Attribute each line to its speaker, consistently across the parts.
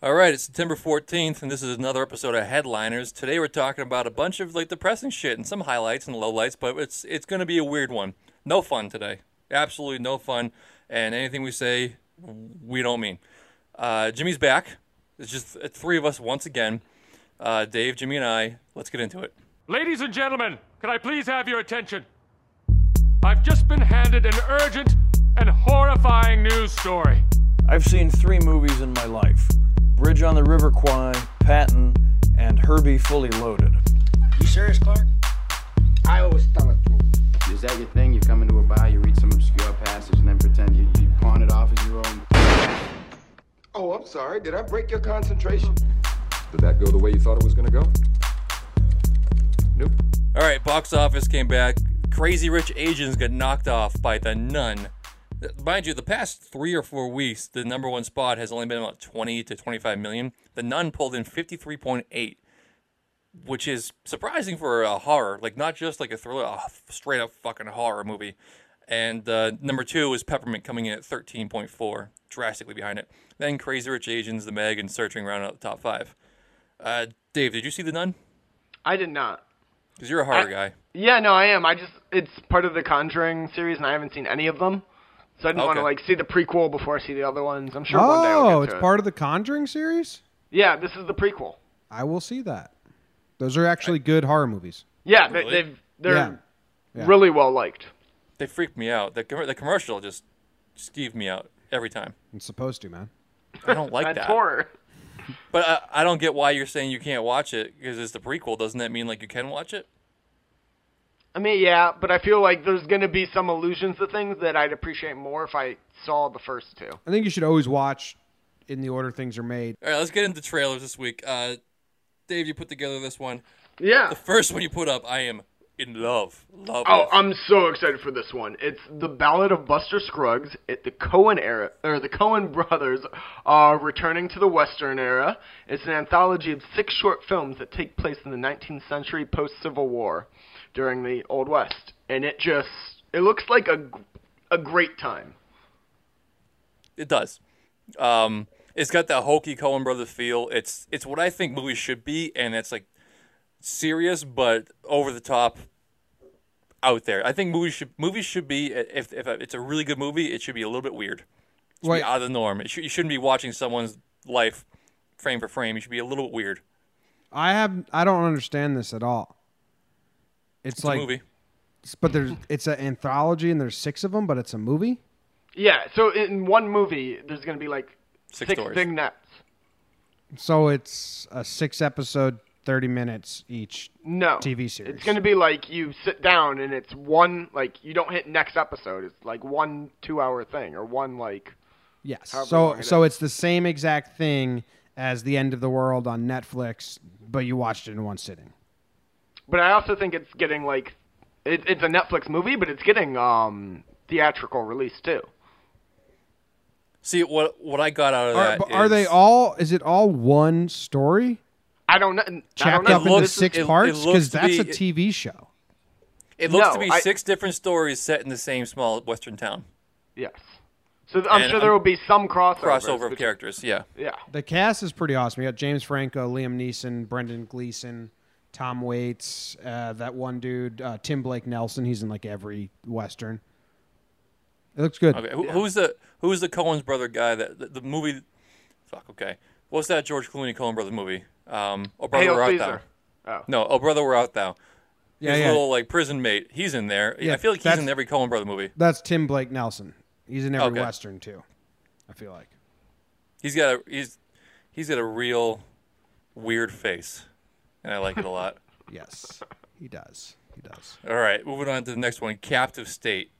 Speaker 1: All right, it's September 14th, and this is another episode of Headliners. Today we're talking about a bunch of like depressing shit and some highlights and lowlights, but it's it's going to be a weird one. No fun today. Absolutely no fun, and anything we say we don't mean. Uh, Jimmy's back. It's just uh, three of us once again. Uh, Dave, Jimmy, and I. Let's get into it.
Speaker 2: Ladies and gentlemen, can I please have your attention? I've just been handed an urgent and horrifying news story.
Speaker 3: I've seen three movies in my life Bridge on the River Kwai, Patton, and Herbie Fully Loaded.
Speaker 4: You serious, Clark? I always tell it through.
Speaker 5: Is that your thing? You come into a bar, you read some obscure passage, and then pretend you, you pawn it off as your own?
Speaker 6: Oh, I'm sorry. Did I break your concentration?
Speaker 7: Did that go the way you thought it was going to go? Nope.
Speaker 1: All right, box office came back. Crazy Rich Asians got knocked off by The Nun. Th- Mind you, the past three or four weeks, the number one spot has only been about 20 to 25 million. The Nun pulled in 53.8, which is surprising for a horror, like not just like a thriller, a f- straight up fucking horror movie. And uh, number two is Peppermint coming in at 13.4, drastically behind it. Then Crazy Rich Asians, The Meg, and Searching round out the top five. Uh, Dave, did you see The Nun?
Speaker 8: I did not.
Speaker 1: Because you're a horror
Speaker 8: I-
Speaker 1: guy.
Speaker 8: Yeah, no, I am. I just it's part of the Conjuring series, and I haven't seen any of them, so I didn't want to
Speaker 1: Okay.
Speaker 8: like see the prequel before I see the other ones. I'm sure one day I'll
Speaker 9: Oh,
Speaker 8: get
Speaker 9: it's
Speaker 8: to
Speaker 9: part of the Conjuring series?
Speaker 8: it. Yeah, this is the prequel.
Speaker 9: I will see that. Those are actually good horror movies.
Speaker 8: Yeah, they,
Speaker 1: Really?
Speaker 8: they've they're
Speaker 9: Yeah. Yeah.
Speaker 8: really well liked.
Speaker 1: They freaked me out. The, com- the commercial just skeeved me out every time.
Speaker 9: It's supposed to, man.
Speaker 1: I don't like
Speaker 8: That's
Speaker 1: that.
Speaker 8: horror.
Speaker 1: But I, I don't get why you're saying you can't watch it because it's the prequel. Doesn't that mean like you can watch it?
Speaker 8: I mean, yeah, but I feel like there's gonna be some allusions to things that I'd appreciate more if I saw the first two.
Speaker 9: I think you should always watch in the order things are made.
Speaker 1: All right, let's get into trailers this week. Uh, Dave, you put together this one.
Speaker 8: Yeah.
Speaker 1: The first one you put up, I am in love. Love.
Speaker 8: Oh,
Speaker 1: with.
Speaker 8: I'm so excited for this one. It's the Ballad of Buster Scruggs. It, the Cohen era, or the Cohen brothers are returning to the Western era. It's an anthology of six short films that take place in the 19th century post Civil War, during the Old West, and it just it looks like a g- a great time.
Speaker 1: It does. Um, it's got that hokey Coen brother feel. It's it's what I think movies should be, and it's like serious but over the top, out there. I think movies should movies should be if if it's a really good movie, it should be a little bit weird, it should
Speaker 9: Wait.
Speaker 1: be out of the norm. It should, you shouldn't be watching someone's life frame for frame. You should be a little bit weird.
Speaker 9: I have I don't understand this at all. It's,
Speaker 1: It's
Speaker 9: like
Speaker 1: a movie.
Speaker 9: but there's it's an anthology and there's 6 of them, but it's a movie?
Speaker 8: Yeah. So in one movie, there's gonna be like
Speaker 1: Six
Speaker 8: six,
Speaker 1: stories.
Speaker 8: vignettes.
Speaker 9: So it's a 6 episode 30 minutes each.
Speaker 8: No.
Speaker 9: TV series.
Speaker 8: It's going to be like you sit down and it's one, like, you don't hit next episode. It's like one two hour thing or one, like,
Speaker 9: Yes.
Speaker 8: However
Speaker 9: So
Speaker 8: long it
Speaker 9: so it's the same exact thing as The End of the World on Netflix, but you watched it in one sitting.
Speaker 8: but I also think it's getting, like, it, it's a Netflix movie, but it's getting, um, theatrical release too.
Speaker 1: See what what I got out of
Speaker 9: Are,
Speaker 1: that.
Speaker 9: but are they
Speaker 1: is-
Speaker 9: all? Is it all one story
Speaker 8: I don't know.
Speaker 9: chopped
Speaker 8: I
Speaker 9: up
Speaker 8: don't know.
Speaker 9: into
Speaker 1: looks-
Speaker 9: six
Speaker 1: it- it
Speaker 9: parts?
Speaker 1: looks
Speaker 9: Because
Speaker 1: to
Speaker 9: that's
Speaker 1: be-
Speaker 9: a TV show.
Speaker 1: It looks
Speaker 8: No,
Speaker 1: to be
Speaker 8: I-
Speaker 1: six different stories set in the same small western town.
Speaker 8: yes. So th- I'm
Speaker 1: And
Speaker 8: sure there
Speaker 1: I'm-
Speaker 8: will be some crossover.
Speaker 1: Crossover of characters. Yeah.
Speaker 8: Yeah.
Speaker 9: The cast is pretty awesome. You got James Franco, Liam Neeson, Brendan Gleeson, Tom Waits, uh, that one dude, uh, Tim Blake Nelson. He's in like every western. It looks good.
Speaker 1: Okay. Who, Who's the Who's the Cohen's brother guy that the, the movie? Fuck. Okay. What's that George Clooney Cohen brother movie? Um. Oh brother,
Speaker 8: Hail
Speaker 1: we're out thou.
Speaker 8: Caesar. Oh.
Speaker 1: No. Oh brother, we're out thou.
Speaker 9: Yeah,
Speaker 1: His
Speaker 9: yeah.
Speaker 1: little like prison mate. He's in there.
Speaker 9: Yeah,
Speaker 1: I feel like he's
Speaker 9: that's-
Speaker 1: in every Cohen brother movie.
Speaker 9: That's Tim Blake Nelson. He's in every
Speaker 1: Okay.
Speaker 9: western too. I feel like.
Speaker 1: He's got a he's he's got a real weird face, and I like it a lot.
Speaker 9: Yes, he does. He does.
Speaker 1: All right. Moving on to the next one. Captive State.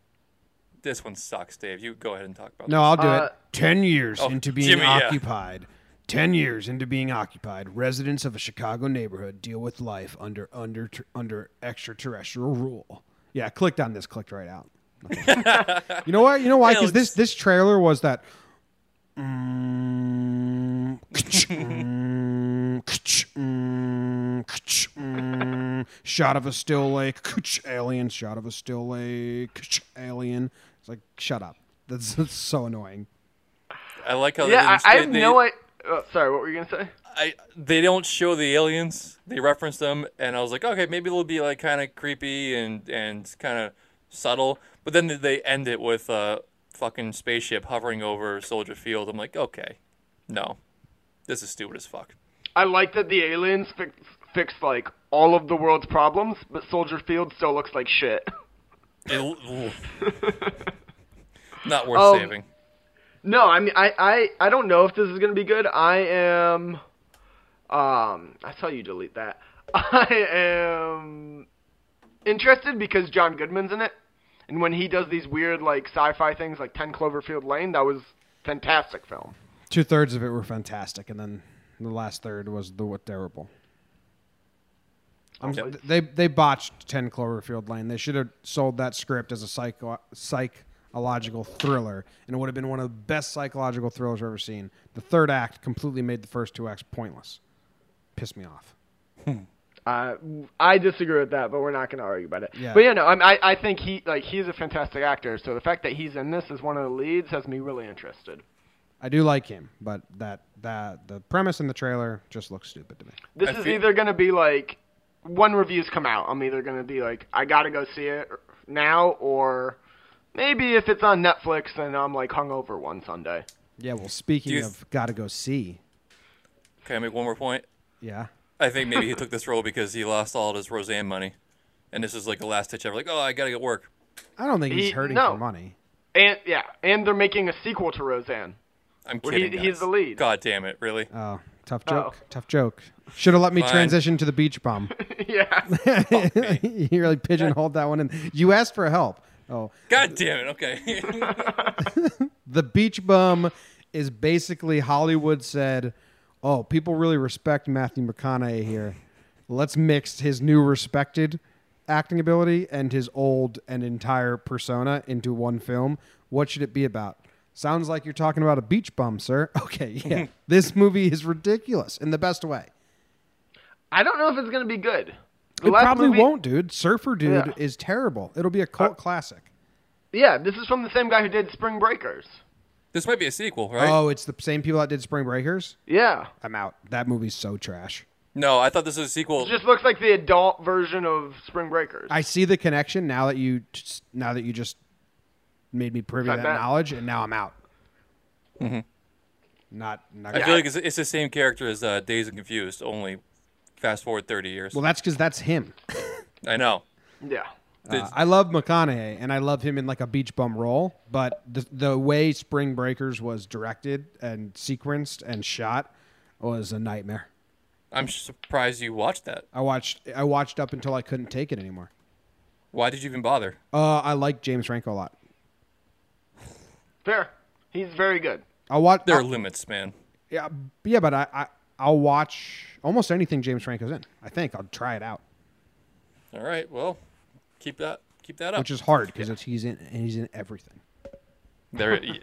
Speaker 1: This one sucks, Dave. You go ahead and talk about.
Speaker 9: No, I'll do
Speaker 8: Uh,
Speaker 9: it. Ten years into being
Speaker 1: oh, Jimmy, yeah.
Speaker 9: occupied. Ten years into being occupied, residents of a Chicago neighborhood deal with life under under under extraterrestrial rule. Yeah, I clicked on this, clicked right out. Nothing. you know what? You know why? Because this this trailer was that. Mm, mm, mm, mm, shot of a still lake, alien. Shot of a still lake, alien. It's like shut up. That's, that's so annoying.
Speaker 1: I like how they
Speaker 8: Yeah,
Speaker 1: didn't-
Speaker 8: I, I
Speaker 1: they-
Speaker 8: have
Speaker 1: they-
Speaker 8: no I, Uh, sorry, what were you gonna say?
Speaker 1: I they don't show the aliens. They reference them, and I was like, okay, maybe it'll be like kind of creepy and and kind of subtle. But then they end it with a fucking spaceship hovering over Soldier Field. I'm like, okay, no, this is stupid as fuck.
Speaker 8: I like that the aliens fix, fixed like all of the world's problems, but Soldier Field still looks like shit.
Speaker 1: It- oof. Not worth
Speaker 8: Um,
Speaker 1: saving.
Speaker 8: No, I mean, I, I, I don't know if this is gonna be good. I am, um, I saw you delete that. I am interested because John Goodman's in it, and when he does these weird like sci-fi things, like Ten Cloverfield Lane, that was fantastic film.
Speaker 9: Two thirds of it were fantastic, and then the last third was the what terrible. I'm,
Speaker 8: Yep.
Speaker 9: They they botched Ten Cloverfield Lane. They should have sold that script as a psycho psychological thriller, and it would have been one of the best psychological thrillers I've ever seen. The third act completely made the first two acts pointless. Pissed me off.
Speaker 8: Uh, I disagree with that, but we're not gonna argue about it.
Speaker 9: Yeah.
Speaker 8: But yeah, no, I, I I think he like he's a fantastic actor. So the fact that he's in this as one of the leads has me really interested.
Speaker 9: I do like him, but that that the premise in the trailer just looks stupid to me.
Speaker 8: This
Speaker 1: I
Speaker 8: is
Speaker 1: feel-
Speaker 8: either gonna be like when reviews come out, I'm either gonna be like, I gotta go see it now, or maybe if it's on Netflix, then I'm like hungover one Sunday.
Speaker 9: Yeah. Well, speaking
Speaker 1: Do you-
Speaker 9: of gotta go see.
Speaker 1: Can I make one more point?
Speaker 9: Yeah.
Speaker 1: I think maybe he took this role because he lost all of his Roseanne money, and this is like the last ditch ever. Like, oh, I gotta get work.
Speaker 9: I don't think he's
Speaker 8: He-
Speaker 9: hurting
Speaker 8: no.
Speaker 9: for money.
Speaker 8: And yeah, and they're making a sequel to Roseanne.
Speaker 1: I'm
Speaker 8: Well, he-
Speaker 1: kidding.
Speaker 8: he's
Speaker 1: guys.
Speaker 8: the lead.
Speaker 1: God damn it, really?
Speaker 9: Oh, tough joke. Tough joke. Should have let me
Speaker 1: Fine.
Speaker 9: transition to the beach bum.
Speaker 8: yeah.
Speaker 9: you really pigeonholed that one in. You asked for help. Oh,
Speaker 1: God damn it. Okay.
Speaker 9: the beach bum is basically Hollywood said, "Oh, people really respect Matthew McConaughey here. Let's mix his new respected acting ability and his old and entire persona into one film. What should it be about?" Sounds like you're talking about a beach bum, sir. Okay, yeah. this movie is ridiculous in the best way.
Speaker 8: I don't know if it's gonna be good. The
Speaker 9: It
Speaker 8: last
Speaker 9: probably
Speaker 8: movie-
Speaker 9: won't, dude. Surfer Dude
Speaker 8: Yeah.
Speaker 9: is terrible. It'll be a cult classic.
Speaker 8: Yeah, this is from the same guy who did Spring Breakers.
Speaker 1: this might be a sequel, right?
Speaker 9: Oh, it's the same people that did Spring Breakers.
Speaker 8: Yeah.
Speaker 9: I'm out. That movie's so trash.
Speaker 1: No, I thought this was a sequel.
Speaker 8: It just looks like the adult version of Spring Breakers.
Speaker 9: I see the connection now that you just, now that you just made me privy to
Speaker 8: Not
Speaker 9: that
Speaker 8: bad.
Speaker 9: knowledge, and now I'm out. Mm-hmm. Not, not
Speaker 1: I feel like it's, it's the same character as uh, Days and Confused, only fast forward 30 years.
Speaker 9: well. That's because that's him.
Speaker 1: I know.
Speaker 8: yeah.
Speaker 9: Uh, I love McConaughey, and I love him in like a beach bum role. But the the way Spring Breakers was directed and sequenced and shot was a nightmare.
Speaker 1: I'm surprised you watched that.
Speaker 9: I watched I watched up until I couldn't take it anymore.
Speaker 1: Why did you even bother?
Speaker 9: Uh, I like James Franco a lot.
Speaker 8: Fair. He's very good.
Speaker 9: I watch.
Speaker 1: There are limits, man.
Speaker 9: yeah, yeah, but I, I I'll watch almost anything James Franco's in. I think I'll try it out,
Speaker 1: All right. Well, keep that keep that up.
Speaker 9: which is hard because it's he's in and he's in everything.
Speaker 1: There. it-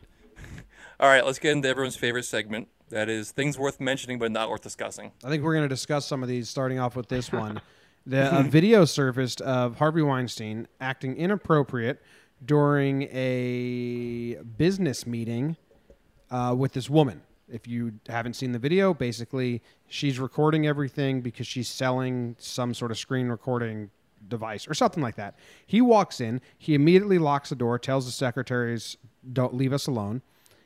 Speaker 1: All right. Let's get into everyone's favorite segment. That is things worth mentioning but not worth discussing.
Speaker 9: I think we're going to discuss some of these, starting off with this one. the a video surfaced of Harvey Weinstein acting inappropriate during a business meeting uh, with this woman. If you haven't seen the video, basically she's recording everything because she's selling some sort of screen recording device or something like that. He walks in, he immediately locks the door, tells the secretaries, "Don't leave us alone."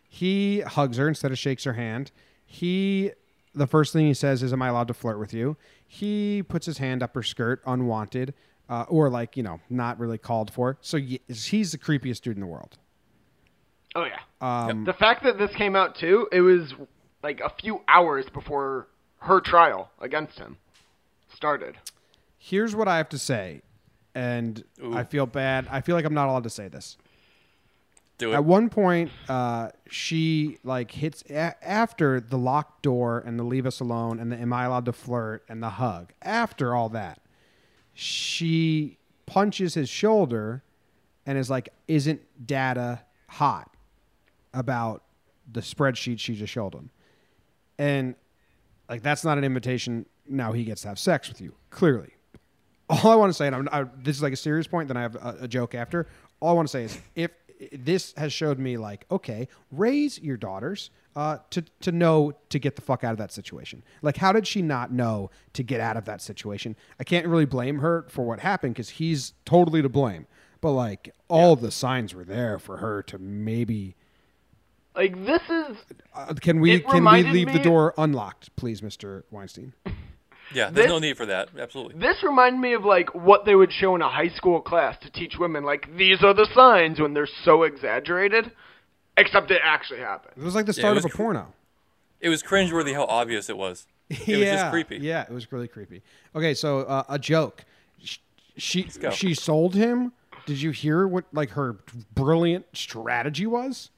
Speaker 9: He hugs her instead of shakes her hand. He the first thing he says is, "Am I allowed to flirt with you?" He puts his hand up her skirt, unwanted, uh, or like you know, not really called for. So y- he's the creepiest dude in the world.
Speaker 8: Oh yeah. the fact that this came out too, it was like a few hours before her trial against him started.
Speaker 9: Here's what I have to say, and I feel bad. I feel like I'm not allowed to say this.
Speaker 1: Do
Speaker 9: At
Speaker 1: it.
Speaker 9: one point, uh, she like hits a- after the locked door and the leave us alone and the am I allowed to flirt and the hug. After all that, she punches his shoulder and is like, "Isn't data hot?" About the spreadsheet she just showed him, and like that's not an invitation. Now he gets to have sex with you. Clearly, all I want to say, and I'm, I, this is like a serious point, then I have a, a joke after. All I want to say is if this has showed me, like, okay, raise your daughters, uh, to to know to get the fuck out of that situation. Like, how did she not know to get out of that situation? I can't really blame her for what happened because he's totally to blame. But like, all the signs were there for her to maybe.
Speaker 8: Like this is
Speaker 9: Uh, can we
Speaker 8: It
Speaker 9: can we
Speaker 8: reminded
Speaker 9: leave the
Speaker 8: me-
Speaker 9: door unlocked, please, Mister Weinstein?
Speaker 1: Yeah, there's
Speaker 8: This-
Speaker 1: no need for that. Absolutely.
Speaker 8: this reminded me of like what they would show in a high school class to teach women like these are the signs when they're so exaggerated, except it actually happened.
Speaker 9: It was like the start
Speaker 1: was
Speaker 9: of a
Speaker 1: cr-
Speaker 9: porno.
Speaker 1: It was cringeworthy how obvious it was. It was just creepy.
Speaker 9: Yeah, it was really creepy. Okay, so uh, a joke. Sh- She
Speaker 1: go.
Speaker 9: she sold him. Did you hear what like her brilliant strategy was?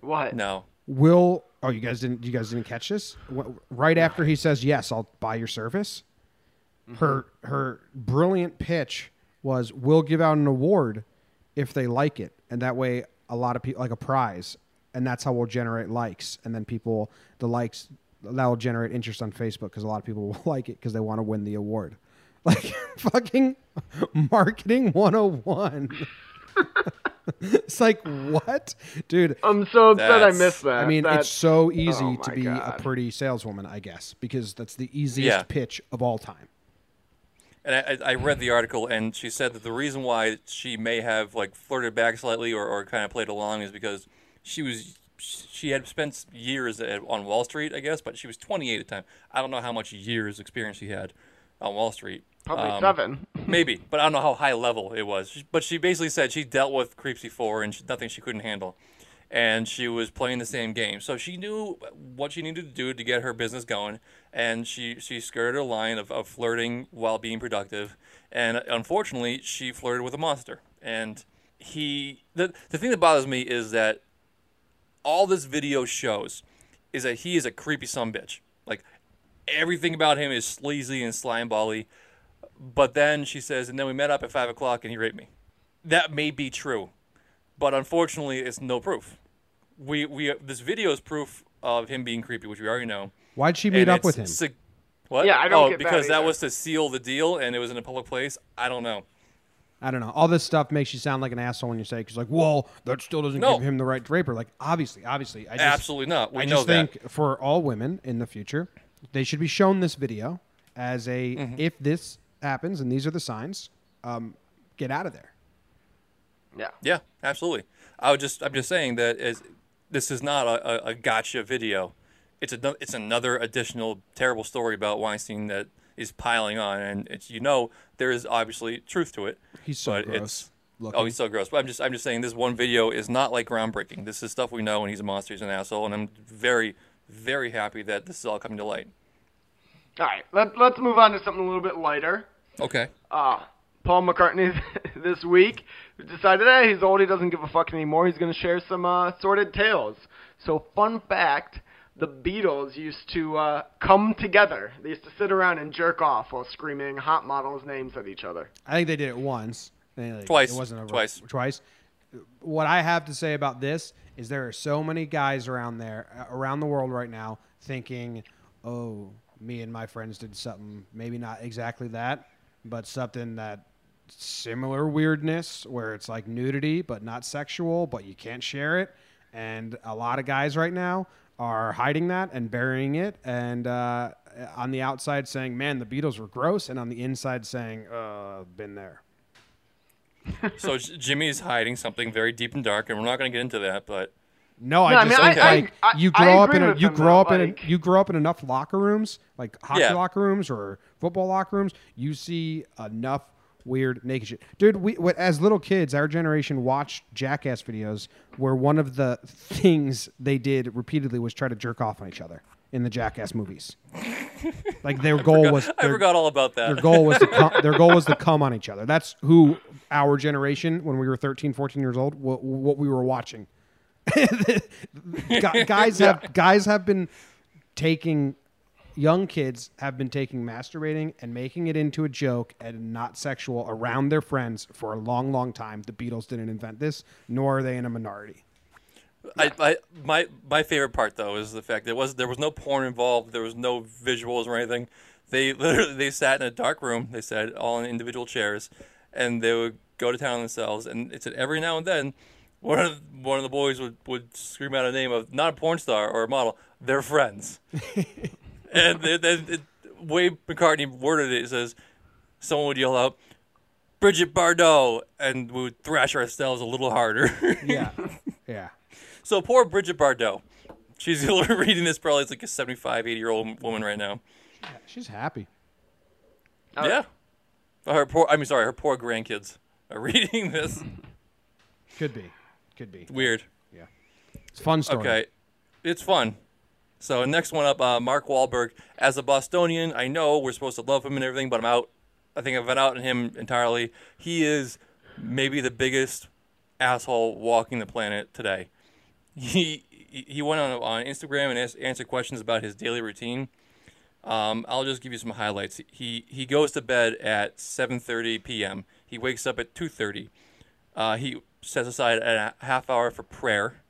Speaker 8: What?
Speaker 1: No.
Speaker 9: Will oh you guys didn't you guys didn't catch this? Wh- Right after he says yes, I'll buy your service. Her her brilliant pitch was we'll give out an award if they like it, and that way a lot of people like a prize, and that's how we'll generate likes, and then people the likes that will generate interest on Facebook because a lot of people will like it because they want to win the award. Like fucking marketing 101. it's like what? Dude,
Speaker 8: I'm so upset I
Speaker 1: That's-
Speaker 8: missed that.
Speaker 9: I mean,
Speaker 8: That's-
Speaker 9: it's so easy
Speaker 8: oh
Speaker 9: to
Speaker 8: my
Speaker 9: be a
Speaker 8: God.
Speaker 9: pretty saleswoman, I guess, because that's the easiest
Speaker 1: Yeah.
Speaker 9: pitch of all time.
Speaker 1: And I, I I read the article, and she said that the reason why she may have like flirted back slightly or, or kind of played along is because she was she had spent years at, on Wall Street, I guess, but she was 28 at the time. I don't know how much years experience she had on Wall Street.
Speaker 8: probably
Speaker 1: Um,
Speaker 8: seven.
Speaker 1: maybe, but I don't know how high level it was. But she basically said she dealt with creeps before and she, nothing she couldn't handle, and she was playing the same game. So she knew what she needed to do to get her business going, and she she skirted a line of, of flirting while being productive, and unfortunately she flirted with a monster. And he the the thing that bothers me is that all this video shows is that he is a creepy son bitch. Like everything about him is sleazy and slimebally. But then she says, and then we met up at five o'clock and he raped me. That may be true, but unfortunately, it's no proof. We we this video is proof of him being creepy, which we already know.
Speaker 9: Why'd she meet
Speaker 1: And
Speaker 9: up with him?
Speaker 1: it's sig- what?
Speaker 8: Yeah, I don't
Speaker 1: oh,
Speaker 8: get that
Speaker 1: because that
Speaker 8: either.
Speaker 1: was to seal the deal, and it was in a public place. I don't know.
Speaker 9: I don't know. All this stuff makes you sound like an asshole when you say, because like, well, that still doesn't
Speaker 1: No.
Speaker 9: give him the right to rape her. Like, obviously, obviously, I just,
Speaker 1: Absolutely not. We
Speaker 9: I
Speaker 1: know
Speaker 9: just
Speaker 1: that.
Speaker 9: think for all women in the future, they should be shown this video as a
Speaker 1: Mm-hmm.
Speaker 9: if this happens and these are the signs, um, get out of there.
Speaker 8: Yeah.
Speaker 1: Yeah, absolutely. I would just I'm just saying that as this is not a, a, a gotcha video. It's a it's another additional terrible story about Weinstein that is piling on, and it's you know there is obviously truth to it.
Speaker 9: He's so
Speaker 1: but
Speaker 9: gross
Speaker 1: It's,
Speaker 9: looking.
Speaker 1: oh, he's so gross. But I'm just I'm just saying this one video is not like groundbreaking. This is stuff we know, and he's a monster, he's an asshole, and I'm very very happy that this is all coming to light.
Speaker 8: All right. Let, let's move on to something a little bit lighter.
Speaker 1: Okay.
Speaker 8: uh, Paul McCartney this week decided, hey, he's old, he doesn't give a fuck anymore. He's going to share some uh, sordid tales. So, fun fact the Beatles used to uh, come together. They used to sit around and jerk off while screaming hot models' names at each other.
Speaker 9: I think they did it once. And, like,
Speaker 1: Twice.
Speaker 9: It wasn't over.
Speaker 1: Twice.
Speaker 9: Twice. What I have to say about this is there are so many guys around there, uh, around the world right now, thinking, "Oh, me and my friends did something. Maybe not exactly that, but something that similar weirdness, where it's like nudity, but not sexual, but you can't share it." And a lot of guys right now are hiding that and burying it, and uh, on the outside saying, "Man, the Beatles were gross," and on the inside saying, "Uh, been there."
Speaker 1: so J- Jimmy's hiding something very deep and dark, and we're not going to get into that, but
Speaker 9: No, I
Speaker 8: No, I
Speaker 9: just
Speaker 8: mean,
Speaker 9: think
Speaker 8: I-
Speaker 9: like
Speaker 8: I- I-
Speaker 9: you
Speaker 8: I
Speaker 9: grow up
Speaker 8: agree
Speaker 9: in a,
Speaker 8: with
Speaker 9: you
Speaker 8: him,
Speaker 9: grow
Speaker 8: though,
Speaker 9: up in a,
Speaker 8: like-
Speaker 9: you grow up in enough locker rooms, like hockey
Speaker 1: Yeah.
Speaker 9: locker rooms or football locker rooms. You see enough weird naked shit, dude. We what, as little kids, our generation watched jackass videos where one of the things they did repeatedly was try to jerk off on each other in the jackass movies. like their goal was
Speaker 1: I
Speaker 9: their,
Speaker 1: forgot all about
Speaker 9: their
Speaker 1: that.
Speaker 9: goal was to cum, their goal was to cum on each other. That's who our generation, when we were 13, 14 years old, what, what we were watching. Gu- guys have guys have been taking young kids have been taking masturbating and making it into a joke and not sexual around their friends for a long, long time. The Beatles didn't invent this, nor are they in a minority.
Speaker 1: I, I my my favorite part though is the fact there was there was no porn involved, there was no visuals or anything. They literally they sat in a dark room. They sat all in individual chairs, and they would go to town on themselves. And it said every now and then, one of one of the boys would, would scream out a name of not a porn star or a model, their friends. and then then it, way McCartney worded it, it says someone would yell out, "Bridget Bardot," and we would thrash ourselves a little harder.
Speaker 9: Yeah. yeah.
Speaker 1: so poor Bridget Bardot. She's reading this probably as like a 75, 80 year old woman right now.
Speaker 9: She's happy.
Speaker 1: yeah. Her poor, I mean, sorry, her poor grandkids are reading this.
Speaker 9: Could be. Could be.
Speaker 1: Weird.
Speaker 9: It's a fun story.
Speaker 1: Okay, it's fun. So next one up, uh, Mark Wahlberg. As a Bostonian, I know we're supposed to love him and everything, but I'm out. I think I've been out on him entirely. He is maybe the biggest asshole walking the planet today. He he he went on on Instagram and asked, answered questions about his daily routine. Um, I'll just give you some highlights. He he goes to bed at 7:30 p.m. He wakes up at 2:30. Uh, he sets aside a half hour for prayer,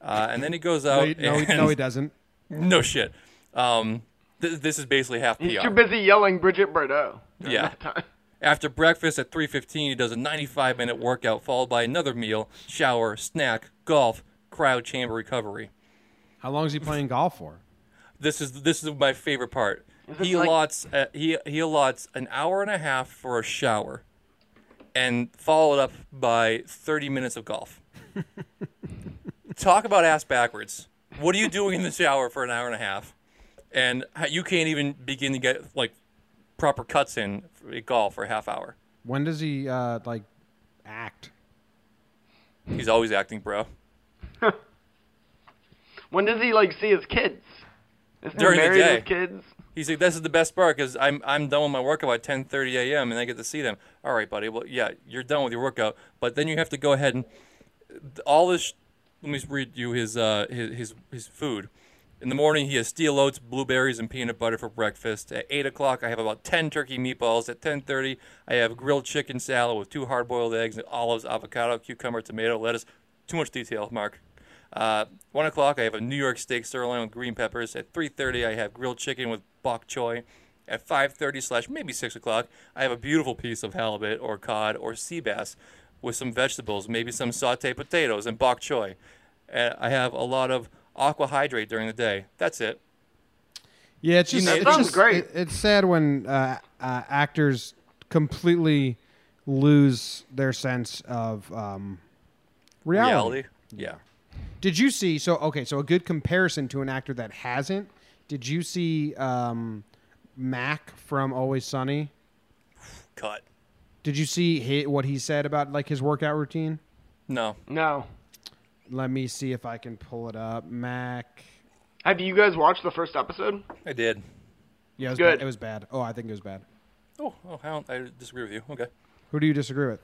Speaker 1: uh, and then he goes out.
Speaker 9: No, he, no, he-
Speaker 1: and-
Speaker 9: no, he doesn't.
Speaker 1: no shit. Um, th- this is basically half PR.
Speaker 8: He's too busy yelling Bridget Bardot. during
Speaker 1: Yeah.
Speaker 8: that time.
Speaker 1: After breakfast at 3:15, he does a 95-minute workout followed by another meal, shower, snack, golf, crowd chamber recovery.
Speaker 9: How long is he playing golf for?
Speaker 1: This is this is my favorite part.
Speaker 8: it
Speaker 1: He
Speaker 8: like-
Speaker 1: allots uh, he he allots an hour and a half for a shower, and followed up by 30 minutes of golf. Talk about ass backwards. What are you doing in the shower for an hour and a half? And h- you can't even begin to get like proper cuts in at golf for a half hour.
Speaker 9: When does he uh, like act?
Speaker 1: He's always acting, bro.
Speaker 8: When does he like see his kids? Is he
Speaker 1: During the
Speaker 8: married
Speaker 1: day.
Speaker 8: with kids?
Speaker 1: He's like, "This is the best part because I'm I'm done with my workout at 10:30 a.m. and I get to see them." All right, buddy. Well, yeah, you're done with your workout, but then you have to go ahead and all this. Let me read you his uh his his, his food. In the morning, he has steel oats, blueberries, and peanut butter for breakfast. At eight o'clock, I have about ten turkey meatballs. At ten thirty, I have grilled chicken salad with two hard-boiled eggs and olives, avocado, cucumber, tomato, lettuce. Too much detail, Mark. Uh, one o'clock, I have a New York steak sirloin with green peppers. At three thirty, I have grilled chicken with bok choy. At five thirty slash maybe six o'clock, I have a beautiful piece of halibut or cod or sea bass with some vegetables, maybe some sauteed potatoes and bok choy. And I have a lot of aqua hydrate during the day. That's it.
Speaker 9: Yeah, it's just,
Speaker 8: know,
Speaker 9: it's
Speaker 8: sounds
Speaker 9: just-
Speaker 8: great.
Speaker 9: it- it's sad when uh, uh, actors completely lose their sense of um, reality.
Speaker 1: Reality. Yeah.
Speaker 9: Did you see? So okay, so a good comparison to an actor that hasn't. Did you see um, Mac from Always Sunny?
Speaker 1: Cut.
Speaker 9: Did you see hi what he said about like his workout routine?
Speaker 1: No.
Speaker 8: No.
Speaker 9: Let me see if I can pull it up. Mac.
Speaker 8: Have you guys watched the first episode?
Speaker 1: I did.
Speaker 9: Yeah, it was
Speaker 8: Good.
Speaker 9: Bad. It was bad. Oh, I think it was bad.
Speaker 1: Oh, oh I, don't, I disagree with you. Okay.
Speaker 9: Who do you disagree with?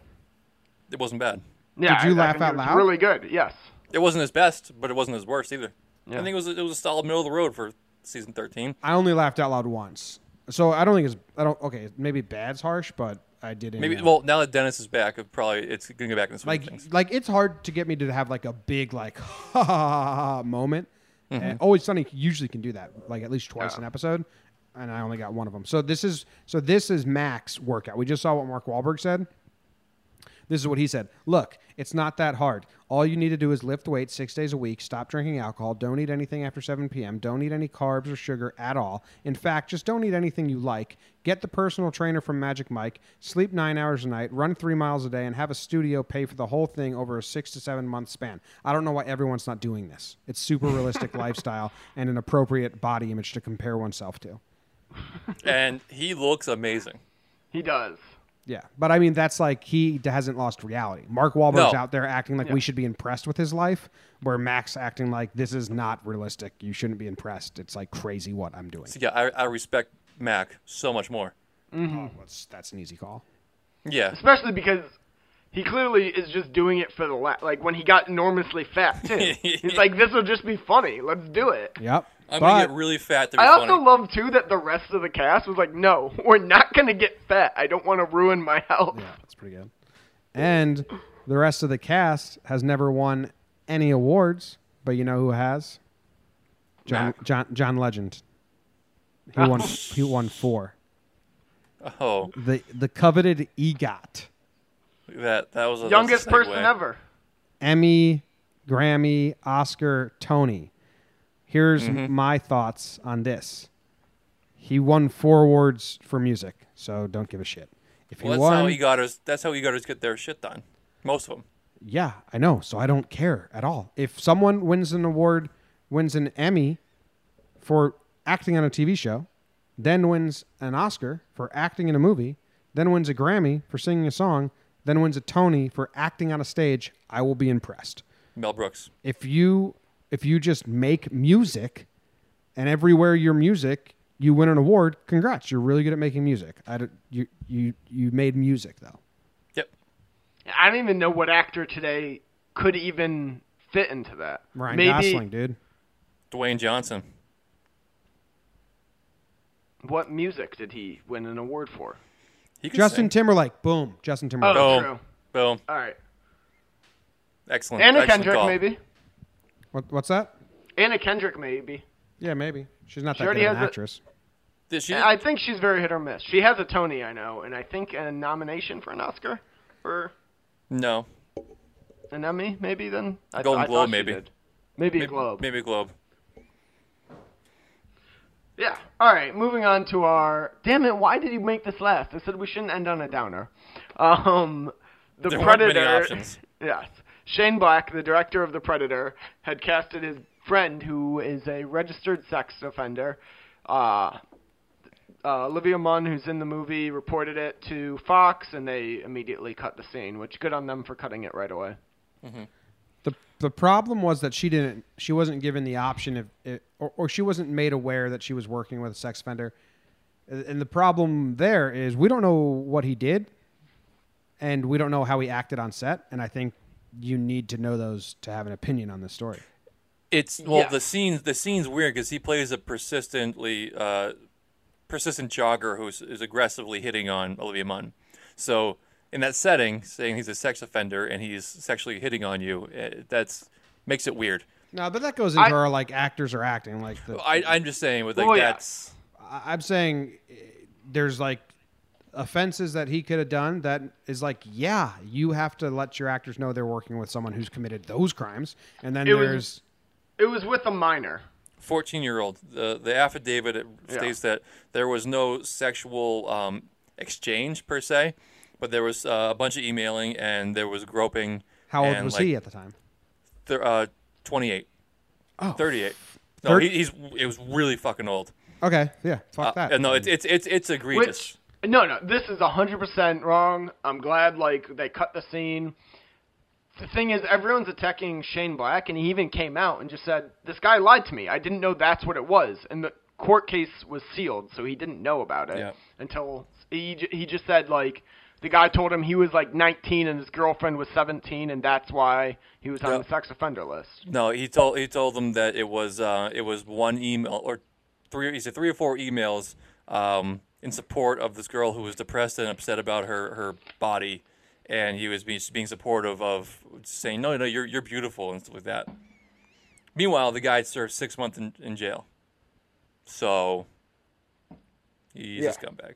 Speaker 1: It wasn't bad.
Speaker 8: Yeah.
Speaker 9: Did you
Speaker 8: I- I
Speaker 9: laugh
Speaker 8: think it
Speaker 9: out
Speaker 8: was
Speaker 9: loud?
Speaker 8: Really good. Yes.
Speaker 1: It wasn't his best, but it wasn't his worst either. I think it was it was a solid middle of the road for season thirteen.
Speaker 9: I only laughed out loud once. So I don't think it's. I don't. Okay, maybe bad's harsh, but I didn't. uh,
Speaker 1: Maybe well now that Dennis is back, it probably it's gonna go back in the swing of
Speaker 9: like
Speaker 1: things.
Speaker 9: like it's hard to get me to have like a big like ha ha ha, ha, ha moment.
Speaker 1: Mm-hmm.
Speaker 9: And Always Sunny usually can do that like at least twice an episode, and I only got one of them. So this is so this is Max workout. We just saw what Mark Wahlberg said. This is what he said. Look, it's not that hard. All you need to do is lift weights six days a week, stop drinking alcohol, don't eat anything after 7 p.m., don't eat any carbs or sugar at all. In fact, just don't eat anything you like. Get the personal trainer from Magic Mike, sleep nine hours a night, run three miles a day, and have a studio pay for the whole thing over a six to seven month span. I don't know why everyone's not doing this. It's super realistic lifestyle and an appropriate body image to compare oneself to.
Speaker 1: And he looks amazing.
Speaker 8: He does.
Speaker 9: Yeah, but I mean that's like he d- hasn't lost reality. Mark Wahlberg's
Speaker 1: No.
Speaker 9: out there acting like we should be impressed with his life, where Max acting like this is not realistic. You shouldn't be impressed. It's like crazy what I'm doing.
Speaker 1: Yeah, I, I respect Mac so much more.
Speaker 9: Oh, that's, that's an easy call.
Speaker 1: Yeah.
Speaker 8: Especially because he clearly is just doing it for the la- like when he got enormously fat too. He's like, this will just be funny. Let's do it.
Speaker 9: Yep.
Speaker 1: I'm
Speaker 9: but
Speaker 1: gonna get really fat to be
Speaker 8: I also
Speaker 1: funny.
Speaker 8: love too that the rest of the cast was like, no, we're not gonna get fat. I don't want to ruin my health.
Speaker 9: yeah, that's pretty good. And the rest of the cast has never won any awards, but you know who has? John John John Legend.
Speaker 1: Ah.
Speaker 9: He won he won four.
Speaker 1: oh,
Speaker 9: The the coveted EGOT.
Speaker 1: that that was a, that was a
Speaker 8: Youngest
Speaker 1: segue.
Speaker 8: person ever.
Speaker 9: Emmy, Grammy, Oscar, Tony. Here's
Speaker 1: Mm-hmm.
Speaker 9: my thoughts on this. He won four awards for music, so don't give a shit. If
Speaker 1: Well,
Speaker 9: he
Speaker 1: that's
Speaker 9: won,
Speaker 1: how egoters. That's how egoters get their shit done. Most of them.
Speaker 9: yeah, I know. So I don't care at all. If someone wins an award, wins an Emmy for acting on a TV show, then wins an Oscar for acting in a movie, then wins a Grammy for singing a song, then wins a Tony for acting on a stage, I will be impressed.
Speaker 1: Mel Brooks.
Speaker 9: If you if you just make music and everywhere your music you win an award, congrats. You're really good at making music. I don't, you you you made music though.
Speaker 1: Yep.
Speaker 8: I don't even know what actor today could even fit into that.
Speaker 9: Ryan
Speaker 8: Maybe,
Speaker 9: Gosling, dude.
Speaker 1: Dwayne Johnson.
Speaker 8: What music did he win an award for?
Speaker 1: He could
Speaker 9: Justin
Speaker 1: sing.
Speaker 9: Timberlake. Boom. Justin Timberlake.
Speaker 8: Oh,
Speaker 1: Boom.
Speaker 8: true.
Speaker 1: Boom.
Speaker 8: All right.
Speaker 1: Excellent.
Speaker 8: Anna
Speaker 1: Excellent
Speaker 8: Kendrick,
Speaker 1: call.
Speaker 8: maybe.
Speaker 9: What, what's that?
Speaker 8: Anna Kendrick, maybe.
Speaker 9: Yeah, maybe. She's not
Speaker 8: She
Speaker 9: that good
Speaker 8: already
Speaker 9: of an
Speaker 8: has a-
Speaker 9: actress.
Speaker 1: Did she?
Speaker 8: I think she's very hit or miss. She has a Tony, I know, and I think a nomination for an Oscar or
Speaker 1: no.
Speaker 8: an Emmy, maybe. Then I
Speaker 1: Golden
Speaker 8: I thought
Speaker 1: Globe,
Speaker 8: she
Speaker 1: maybe.
Speaker 8: did. maybe, a
Speaker 1: Maybe
Speaker 8: Globe.
Speaker 1: Maybe Globe.
Speaker 8: Yeah. All right. Moving on to our. Damn it! Why did you make this last? I said we shouldn't end on a downer. Um, the
Speaker 1: There weren't many
Speaker 8: Predator.
Speaker 1: options.
Speaker 8: Yes. Shane Black, the director of The Predator, had casted his friend, who is a registered sex offender. Uh, uh, Olivia Munn, who's in the movie, reported it to Fox, and they immediately cut the scene, which good on them for cutting it right away.
Speaker 9: The the problem was that she didn't she wasn't given the option of it, or, or she wasn't made aware that she was working with a sex offender. And and the problem there is we don't know what he did and we don't know how he acted on set and I think you need to know those to have an opinion on this story.
Speaker 1: It's well
Speaker 8: Yeah.
Speaker 1: the scenes the scene's weird because he plays a persistently uh, persistent jogger who is, is aggressively hitting on Olivia Munn. So in that setting, saying he's a sex offender and he's sexually hitting on you, eh, that's makes it weird.
Speaker 9: No, but that goes into
Speaker 8: I-
Speaker 9: our like actors are acting like the,
Speaker 1: I, I'm just saying with like
Speaker 9: Oh,
Speaker 8: Well, yeah.
Speaker 1: that's
Speaker 9: I- I'm saying eh, there's like offenses that he could have done that is like, yeah, you have to let your actors know they're working with someone who's committed those crimes. And then
Speaker 8: It was-
Speaker 9: there's
Speaker 8: It was with a minor.
Speaker 1: 14 year old. The the affidavit it states that there was no sexual um, exchange per se, but there was uh, a bunch of emailing and there was groping.
Speaker 9: how old
Speaker 1: and,
Speaker 9: was
Speaker 1: like,
Speaker 9: he at the time?
Speaker 1: Th- uh, 28.
Speaker 9: Oh.
Speaker 1: 38. No,
Speaker 9: Thirty-
Speaker 1: he, he's it was really fucking old.
Speaker 9: Okay. Yeah. Fuck
Speaker 1: Uh,
Speaker 9: that.
Speaker 1: no, it's it's it's it's egregious.
Speaker 8: Which no, no, this is hundred percent wrong. I'm glad like they cut the scene. The thing is, everyone's attacking Shane Black, and he even came out and just said, "This guy lied to me. I didn't know that's what it was." And the court case was sealed, so he didn't know about it
Speaker 1: Yeah.
Speaker 8: until he j- he just said like the guy told him he was like 19 and his girlfriend was 17, and that's why he was on
Speaker 1: Yeah.
Speaker 8: the sex offender list.
Speaker 1: no, he told he told them that it was uh, it was one email or three. He said three or four emails um, in support of this girl who was depressed and upset about her her body, and he was being, being supportive of saying no, no, you're you're beautiful and stuff like that. Meanwhile, the guy served six months in, in jail, so he's a scumbag.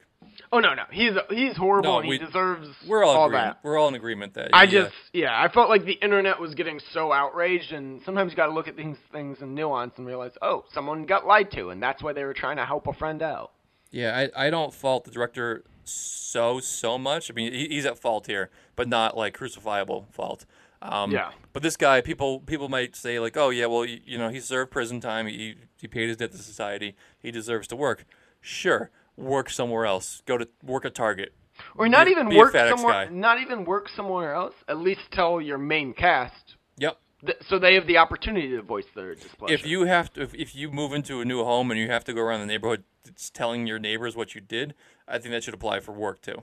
Speaker 8: Oh no, no, he's he's horrible.
Speaker 1: No,
Speaker 8: and
Speaker 1: we-
Speaker 8: he deserves
Speaker 1: We're all,
Speaker 8: all
Speaker 1: agreement.
Speaker 8: that.
Speaker 1: We're all in agreement that
Speaker 8: I
Speaker 1: he, uh,
Speaker 8: just yeah, I felt like the internet was getting so outraged, and sometimes you got to look at these things in nuance and realize, oh, someone got lied to, and that's why they were trying to help a friend out.
Speaker 1: Yeah, I, I don't fault the director so so much. I mean, he, he's at fault here, but not like crucifiable fault. Um,
Speaker 8: Yeah.
Speaker 1: But this guy, people people might say like, oh yeah, well you, you know he served prison time. He he paid his debt to society. He deserves to work. Sure, work somewhere else. Go to work at Target.
Speaker 8: Or not
Speaker 1: Be-
Speaker 8: even
Speaker 1: be a
Speaker 8: work
Speaker 1: FedEx
Speaker 8: somewhere,
Speaker 1: guy.
Speaker 8: not even work somewhere else. At least tell your main cast,
Speaker 1: Yep.
Speaker 8: th- so they have the opportunity to voice their displeasure.
Speaker 1: If you have to, if, if you move into a new home and you have to go around the neighborhood t- telling your neighbors what you did, I think that should apply for work too.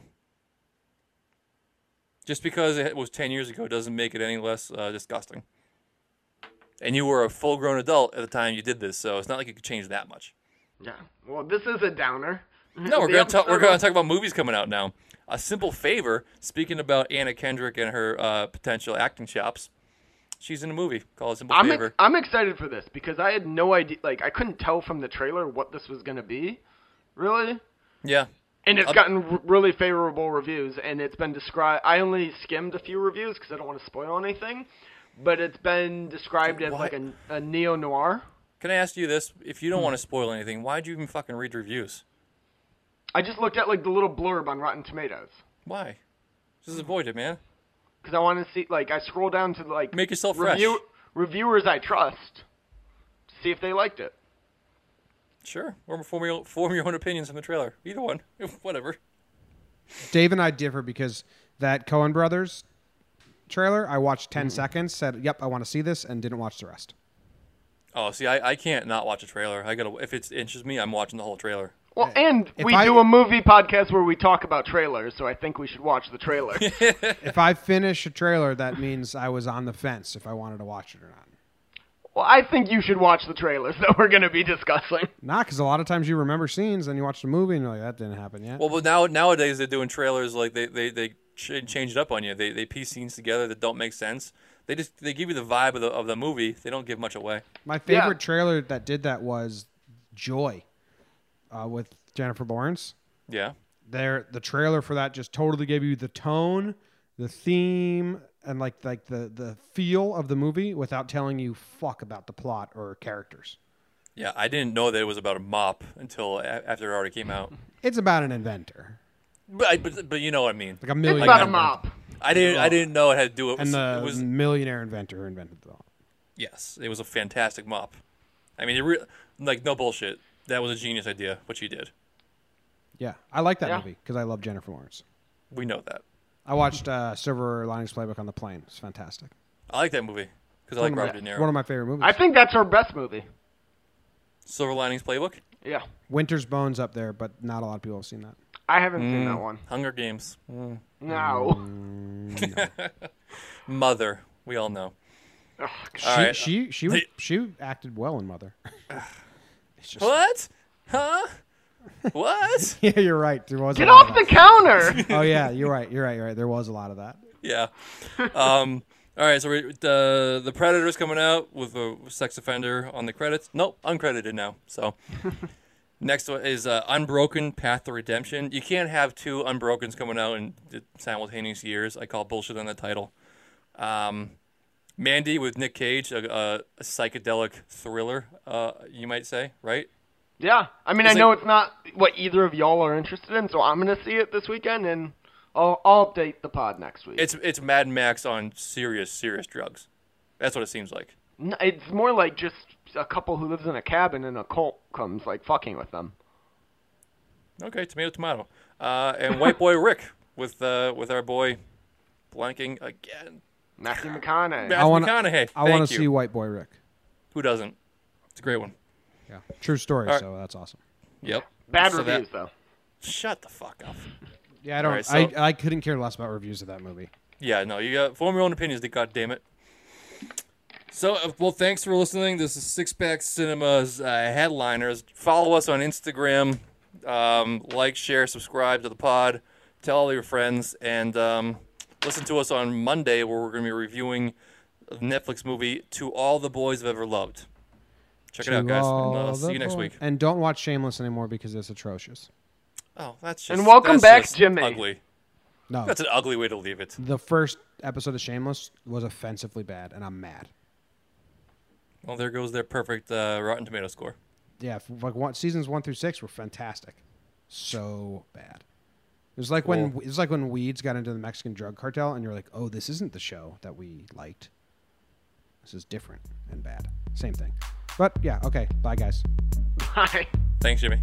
Speaker 1: Just because it was ten years ago doesn't make it any less uh, disgusting. And you were a full-grown adult at the time you did this, so it's not like you could change that much.
Speaker 8: yeah. Well, this is a downer.
Speaker 1: No, we're
Speaker 8: The
Speaker 1: gonna talk.
Speaker 8: episode
Speaker 1: We're gonna
Speaker 8: was-
Speaker 1: talk about movies coming out now. A simple favor. Speaking about Anna Kendrick and her uh, potential acting chops, she's in a movie called A Simple
Speaker 8: I'm
Speaker 1: Favor.
Speaker 8: ex- I'm excited for this because I had no idea. Like I couldn't tell from the trailer what this was gonna be, really.
Speaker 1: yeah,
Speaker 8: And it's
Speaker 1: Up-
Speaker 8: gotten r- really favorable reviews, and it's been described. I only skimmed a few reviews because I don't want to spoil anything, but it's been described as
Speaker 1: Why-
Speaker 8: like a, a neo noir.
Speaker 1: Can I ask you this? If you
Speaker 9: Hmm.
Speaker 1: don't want to spoil anything, why'd you even fucking read reviews?
Speaker 8: I just looked at like the little blurb on Rotten Tomatoes
Speaker 1: Why? Just avoid it, man.
Speaker 8: because I want to see like I scroll down to like
Speaker 1: Make yourself fresh.
Speaker 8: review reviewers I trust to see if they liked it.
Speaker 1: Sure. Or form your, form your own opinions on the trailer. Either one. Whatever.
Speaker 9: Dave and I differ because that Cohen Brothers trailer, I watched
Speaker 1: Mm-hmm.
Speaker 9: 10 seconds, said, "Yep, I want to see this," and didn't watch the rest.
Speaker 1: Oh, see, I, I can't not watch a trailer. I gotta if it interests me, I'm watching the whole trailer.
Speaker 8: Well, and
Speaker 9: If
Speaker 8: we
Speaker 9: I-
Speaker 8: do a movie podcast where we talk about trailers, so I think we should watch the trailer.
Speaker 9: If I finish a trailer, that means I was on the fence if I wanted to watch it or not.
Speaker 8: well, I think you should watch the trailers that we're going to be discussing.
Speaker 9: Not because a lot of times you remember scenes, then you watch the movie and you're like, "That didn't happen yet."
Speaker 1: Well, but now nowadays they're doing trailers like they they they ch- change it up on you. They they piece scenes together that don't make sense. They just they give you the vibe of the of the movie. They don't give much away.
Speaker 9: My
Speaker 8: Yeah.
Speaker 9: favorite trailer that did that was Joy uh, with Jennifer Lawrence.
Speaker 1: Yeah.
Speaker 9: There, the trailer for that just totally gave you the tone, the theme, and like like the the feel of the movie without telling you fuck about the plot or characters.
Speaker 1: Yeah, I didn't know that it was about a mop until a- after it already came out.
Speaker 9: It's about an inventor,
Speaker 1: But I, but, but you know what I mean.
Speaker 9: like a millionaire.
Speaker 8: It's about a
Speaker 9: inventor.
Speaker 8: mop.
Speaker 1: I didn't I didn't know it had to do it.
Speaker 9: and
Speaker 1: was,
Speaker 9: the
Speaker 1: it was
Speaker 9: millionaire inventor who invented it all.
Speaker 1: yes, it was a fantastic mop. I mean, it re- like no bullshit. That was a genius idea, what she did.
Speaker 9: Yeah, I like that
Speaker 8: Yeah.
Speaker 9: movie because I love Jennifer Lawrence.
Speaker 1: We know that.
Speaker 9: I watched uh, Silver Linings Playbook on the plane. It's fantastic.
Speaker 1: I like that movie because I like
Speaker 9: one,
Speaker 1: Robert De
Speaker 9: of my,
Speaker 1: Niro.
Speaker 9: one of my favorite movies.
Speaker 8: I think that's our best movie.
Speaker 1: Silver Linings Playbook,
Speaker 8: Yeah.
Speaker 9: Winter's Bones up there, but not a lot of people have seen that.
Speaker 8: I haven't
Speaker 1: Mm.
Speaker 8: seen that one.
Speaker 1: Hunger Games,
Speaker 8: No.
Speaker 1: Mother. We all know.
Speaker 9: She
Speaker 1: right.
Speaker 9: she she was, she acted well in Mother.
Speaker 1: What? Huh? What?
Speaker 9: yeah, you're right. There was
Speaker 8: Get
Speaker 9: a lot
Speaker 8: off
Speaker 9: of
Speaker 8: the counter!
Speaker 9: that. Oh yeah, you're right. You're right. You're right. There was a lot of that.
Speaker 1: yeah. Um. All right. So we, the the Predator's coming out with a sex offender on the credits. Nope, uncredited now. So next one is uh, Unbroken Path to Redemption. You can't have two Unbroken's coming out in simultaneous years. I call bullshit on that title. Um. Mandy with Nick Cage, a, a, a psychedelic thriller, uh, you might say, right?
Speaker 8: yeah. I mean,
Speaker 1: It's
Speaker 8: I know
Speaker 1: like-
Speaker 8: it's not what either of y'all are interested in, so I'm going to see it this weekend, and I'll, I'll update the pod next week.
Speaker 1: It's it's Mad Max on serious serious drugs. That's what it seems like.
Speaker 8: N- it's more like just a couple who lives in a cabin and a cult comes, like, fucking with them.
Speaker 1: Okay, tomato tomato. Uh, and White Boy Rick with uh, with our boy blanking again.
Speaker 8: Matthew McConaughey.
Speaker 1: Matthew
Speaker 9: wanna-
Speaker 1: McConaughey.
Speaker 9: I
Speaker 1: Thank
Speaker 9: want to
Speaker 1: you.
Speaker 9: see White Boy Rick.
Speaker 1: Who doesn't? It's a great one.
Speaker 9: Yeah, true story.
Speaker 1: right.
Speaker 9: So that's awesome.
Speaker 1: Yep.
Speaker 8: Bad
Speaker 1: So that-
Speaker 8: reviews, though.
Speaker 1: Shut the fuck up.
Speaker 9: Yeah, I don't.
Speaker 1: right, so-
Speaker 9: I I couldn't care less about reviews of that movie.
Speaker 1: Yeah, no, you got form your own opinions, Dick. God damn it. So, uh, well, thanks for listening. This is Six Pack Cinema's uh, headliners. Follow us on Instagram. Um, like, share, subscribe to the pod. Tell all your friends, and um, listen to us on Monday, where we're going to be reviewing the Netflix movie "To All the Boys I've Ever Loved." Check it out, guys. And, uh,
Speaker 9: all the
Speaker 1: see you next
Speaker 9: boys.
Speaker 1: week.
Speaker 9: And don't watch Shameless anymore because it's atrocious.
Speaker 1: Oh, that's just
Speaker 8: And welcome
Speaker 1: that's
Speaker 8: back,
Speaker 1: just
Speaker 8: Jimmy.
Speaker 1: Ugly.
Speaker 9: No,
Speaker 1: That's an ugly way to leave it.
Speaker 9: the first episode of Shameless was offensively bad, and I'm mad.
Speaker 1: Well, there goes their perfect uh, Rotten Tomato score.
Speaker 9: yeah, f- like one, seasons one through six were fantastic. So bad. It was like when it was like when Weeds got into the Mexican drug cartel, and you're like, oh, this isn't the show that we liked. This is different and bad. Same thing. But yeah, okay. Bye, guys.
Speaker 8: Bye.
Speaker 1: Thanks, Jimmy.